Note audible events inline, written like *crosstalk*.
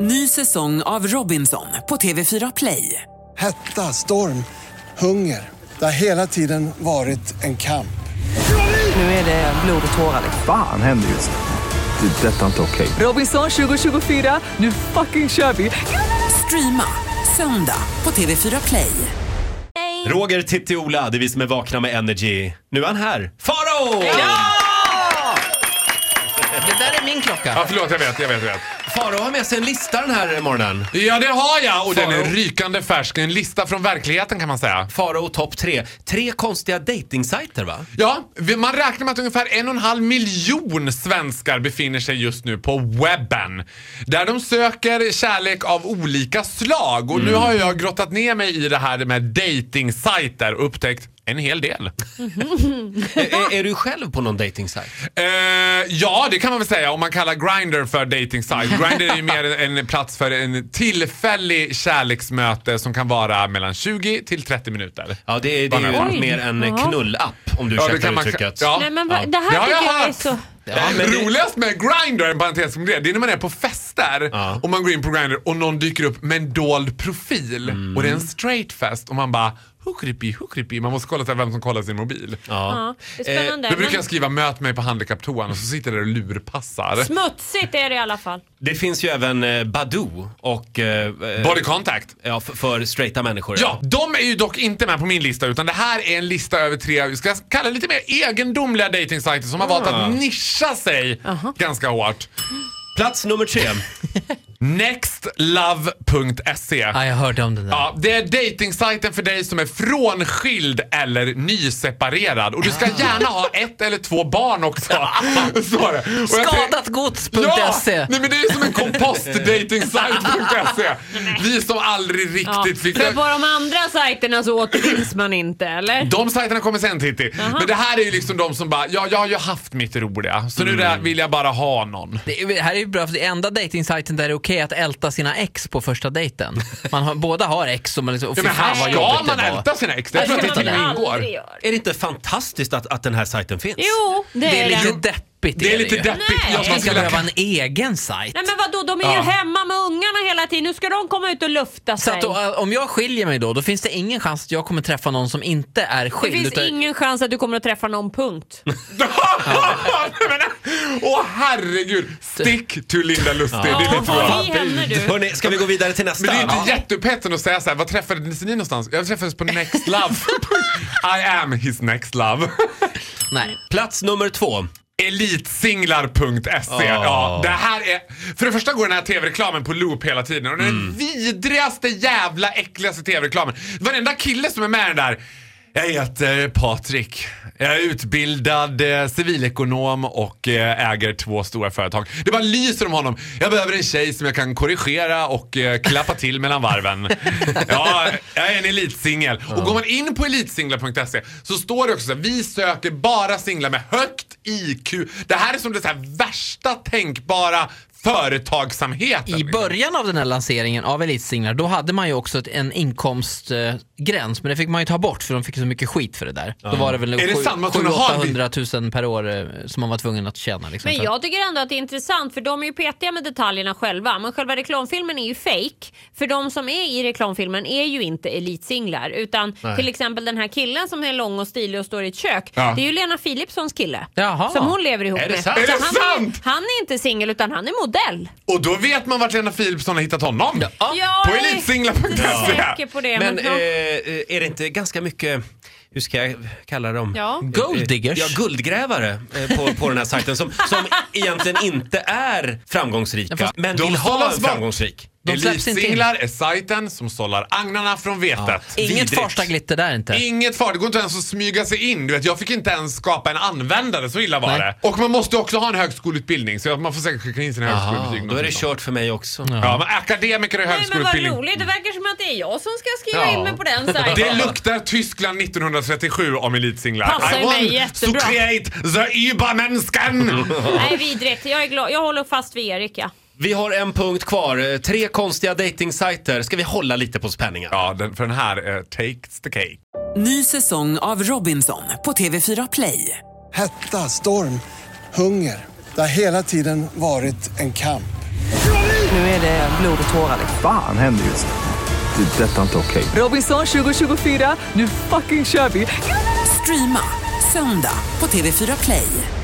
Ny säsong av Robinson på TV4 Play. Hetta, storm, hunger. Det har hela tiden varit en kamp. Nu är det blod och tårar. Fan händer just nu. Det. är Detta är inte okej. Robinson 2024, nu fucking kör vi! Streama söndag på TV4 Play. Roger, Titti, Ola, det är vi som är vakna med Energy. Nu är han här. Farao! *laughs* Det där är min klocka. Ja, förlåt, jag vet, jag vet, jag vet. Farao har med sig en lista den här morgonen. Ja, det har jag och den är Faro. rykande färsk. En lista från verkligheten kan man säga. Farao topp tre. Tre konstiga dejtingsajter *laughs* va? Ja, vi- man räknar med att ungefär en och en halv miljon svenskar befinner sig just nu på webben. Där de söker kärlek av olika slag. Och nu har jag grottat ner mig i det här med dejtingsajter och upptäckt en hel del. är, är- är du själv på någon dejtingsajt? Eh, ja, det kan man väl säga. Om man kallar Grindr för dating site. Grindr är ju mer en, en plats för en tillfällig kärleksmöte som kan vara mellan 20 till 30 minuter. Ja, det, är- det är ju Bara- mer en Jaha. knullapp om du Ja, det ursäktar kan man- uttrycket. ja. Nej, men va, det Det har här jag tycker jag är hört. så... Ja, men det- Roligast med Grindr, en parentes om det, det är när man är på fester Ja. och man går in på Grindr och någon dyker upp med en dold profil Mm. och det är en straight fest och man bara Who could it be? Who could it be? Man måste kolla så här vem som kollar sin mobil. Ja. Ja, det är spännande. Då Eh, brukar men jag skriva möt mig på handikapptoan och så sitter jag där och lurpassar. Smutsigt är det i alla fall. Det finns ju även eh, Badoo och... Eh, eh, Body contact. ja, för, för straighta människor. Ja, de är ju dock inte med på min lista utan det här är en lista över tre, vi ska kalla det lite mer egendomliga dejtingsajter som har valt Ah. att nischa sig ganska hårt. Plats nummer tre. Nextlove.se Ja, jag hörde om den där. Ja, det är dejtingsajten för dig som är frånskild eller nyseparerad. Och du ska gärna ha ett eller två barn också. *laughs* Så är det. Och jag säger- Skadatgods.se. Ja, nej men det är som en kompostdejtingsajt.se. Vi som aldrig Ja. riktigt fick... För på de andra sajterna så återfinns man inte, eller? De sajterna kommer sen Titti. Men det här är ju liksom de som bara, ja jag har ju haft mitt roliga. Så nu där vill jag bara ha någon. Det är, här är ju bra, för det enda dejtingsajten där det är okej att älta sina ex på första dejten. Man har, båda har ex och man liksom, och Ja, fy men här fan vad jobbigt ska man det var. älta sina ex. Det tror jag Det att det typ ska till och man med aldrig ingår. göra. Är det inte fantastiskt att, att den här sajten finns? Jo, det, Det är är det. lite deppigt. liksom. Det är lite ju. deppigt. Nej. Jag Man skulle ska vilja behöva en egen sajt. Nej men vadå, de är ju Ja. hemma med ungarna hela tiden. Nu ska de komma ut och lufta Så sig. att, då, om jag skiljer mig då, då finns det ingen chans att jag kommer träffa någon som inte är det skild. finns utan- ingen chans att du kommer att träffa någon, *laughs* punkt. Men, Åh herregud! Stick till Linda Lustig. Det är Ja, lite bra. förbi henne du. Hörrni, ska vi gå vidare till nästa? Men det är inte jätteupphetsande att säga så här. vad träffades ni någonstans? Jag träffades på Next Love. *laughs* I am his next love. Nej. Plats nummer två. Elitsinglar.se. E. Ja, det här är, för det första går den här tv-reklamen på loop hela tiden och den är den vidrigaste jävla äckligaste tv-reklamen. Varenda kille som är med i den där. Jag heter Patrik. Jag är utbildad eh, civilekonom och eh, äger två stora företag. Det bara lyser om honom. Jag behöver en tjej som jag kan korrigera och eh, klappa till mellan varven. Ja, jag är en elitsingel. Och går man in på elitsinglar.se E så står det också så här, vi söker bara singlar med högt IQ. Det här är som det så här värsta tänkbara företagsamheten. I början av den här lanseringen av Elitsinglar, då hade man ju också ett- en inkomstgräns, men det fick man ju ta bort för de fick så mycket skit för det där. Då var det väl Är det sant? Man kunde ha en 700 000 per år eh, som man var tvungen att tjäna. Liksom, Men för att- jag tycker ändå att det är intressant för de är ju petiga med detaljerna själva men själva reklamfilmen är ju fake. För de som är i reklamfilmen är ju inte elitsinglar utan till exempel den här killen som är lång och stilig och står i ett kök. Ja. Det är ju Lena Philipssons kille Jaha. som hon lever ihop Är det med. sant? Så Är det han, är- sant? han är inte singel utan han är modell. Och då vet man vart Lena Philipsson har hittat honom. Ja, På jag är elitsinglar.se. inte säker på det. Men, Men eh, eh, är det inte ganska mycket, hur ska jag kalla dem? Eh, ja. Gold diggers. Ja, guldgrävare eh, på, på den här sajten som, som egentligen inte är framgångsrika men de vill ha sållas en bort. framgångsrik. De släpps inte in. Elitsinglar är sajten som sållar agnarna från vetet. Inget Vidrigt. Farstaglitter där inte. Inget far, det går inte ens att smyga sig in. Du vet, jag fick inte ens skapa en användare, så illa var Nej. det. Och man måste också ha en högskoleutbildning, så man får säkert skicka in sina Aha, högskolebetyg. då är det någonstans. kört för mig också. Ja, men akademiker och Nej, men vad högskoleutbildning. roligt, det verkar som att det är jag som ska skriva Ja. in mig på den sajten. Det luktar Tyskland 1937 om elitsinglar. Passar I ju mig want jättebra. to create the Übermensken! Nej vidrigt, jag är glad. Jag håller fast vid Erik ja. Vi har en punkt kvar. Eh, Tre konstiga dejtingsajter. Ska vi hålla lite på spänningen? ja, den, för den här eh, takes the cake. Ny säsong av Robinson på TV4 Play. Hetta, storm, hunger. Det har hela tiden varit en kamp. Nu är det blod och tårar. Liksom. Fan händer just nu. Det. är detta är inte okej. Robinson 2024, nu fucking kör vi! Streama söndag på TV4 Play.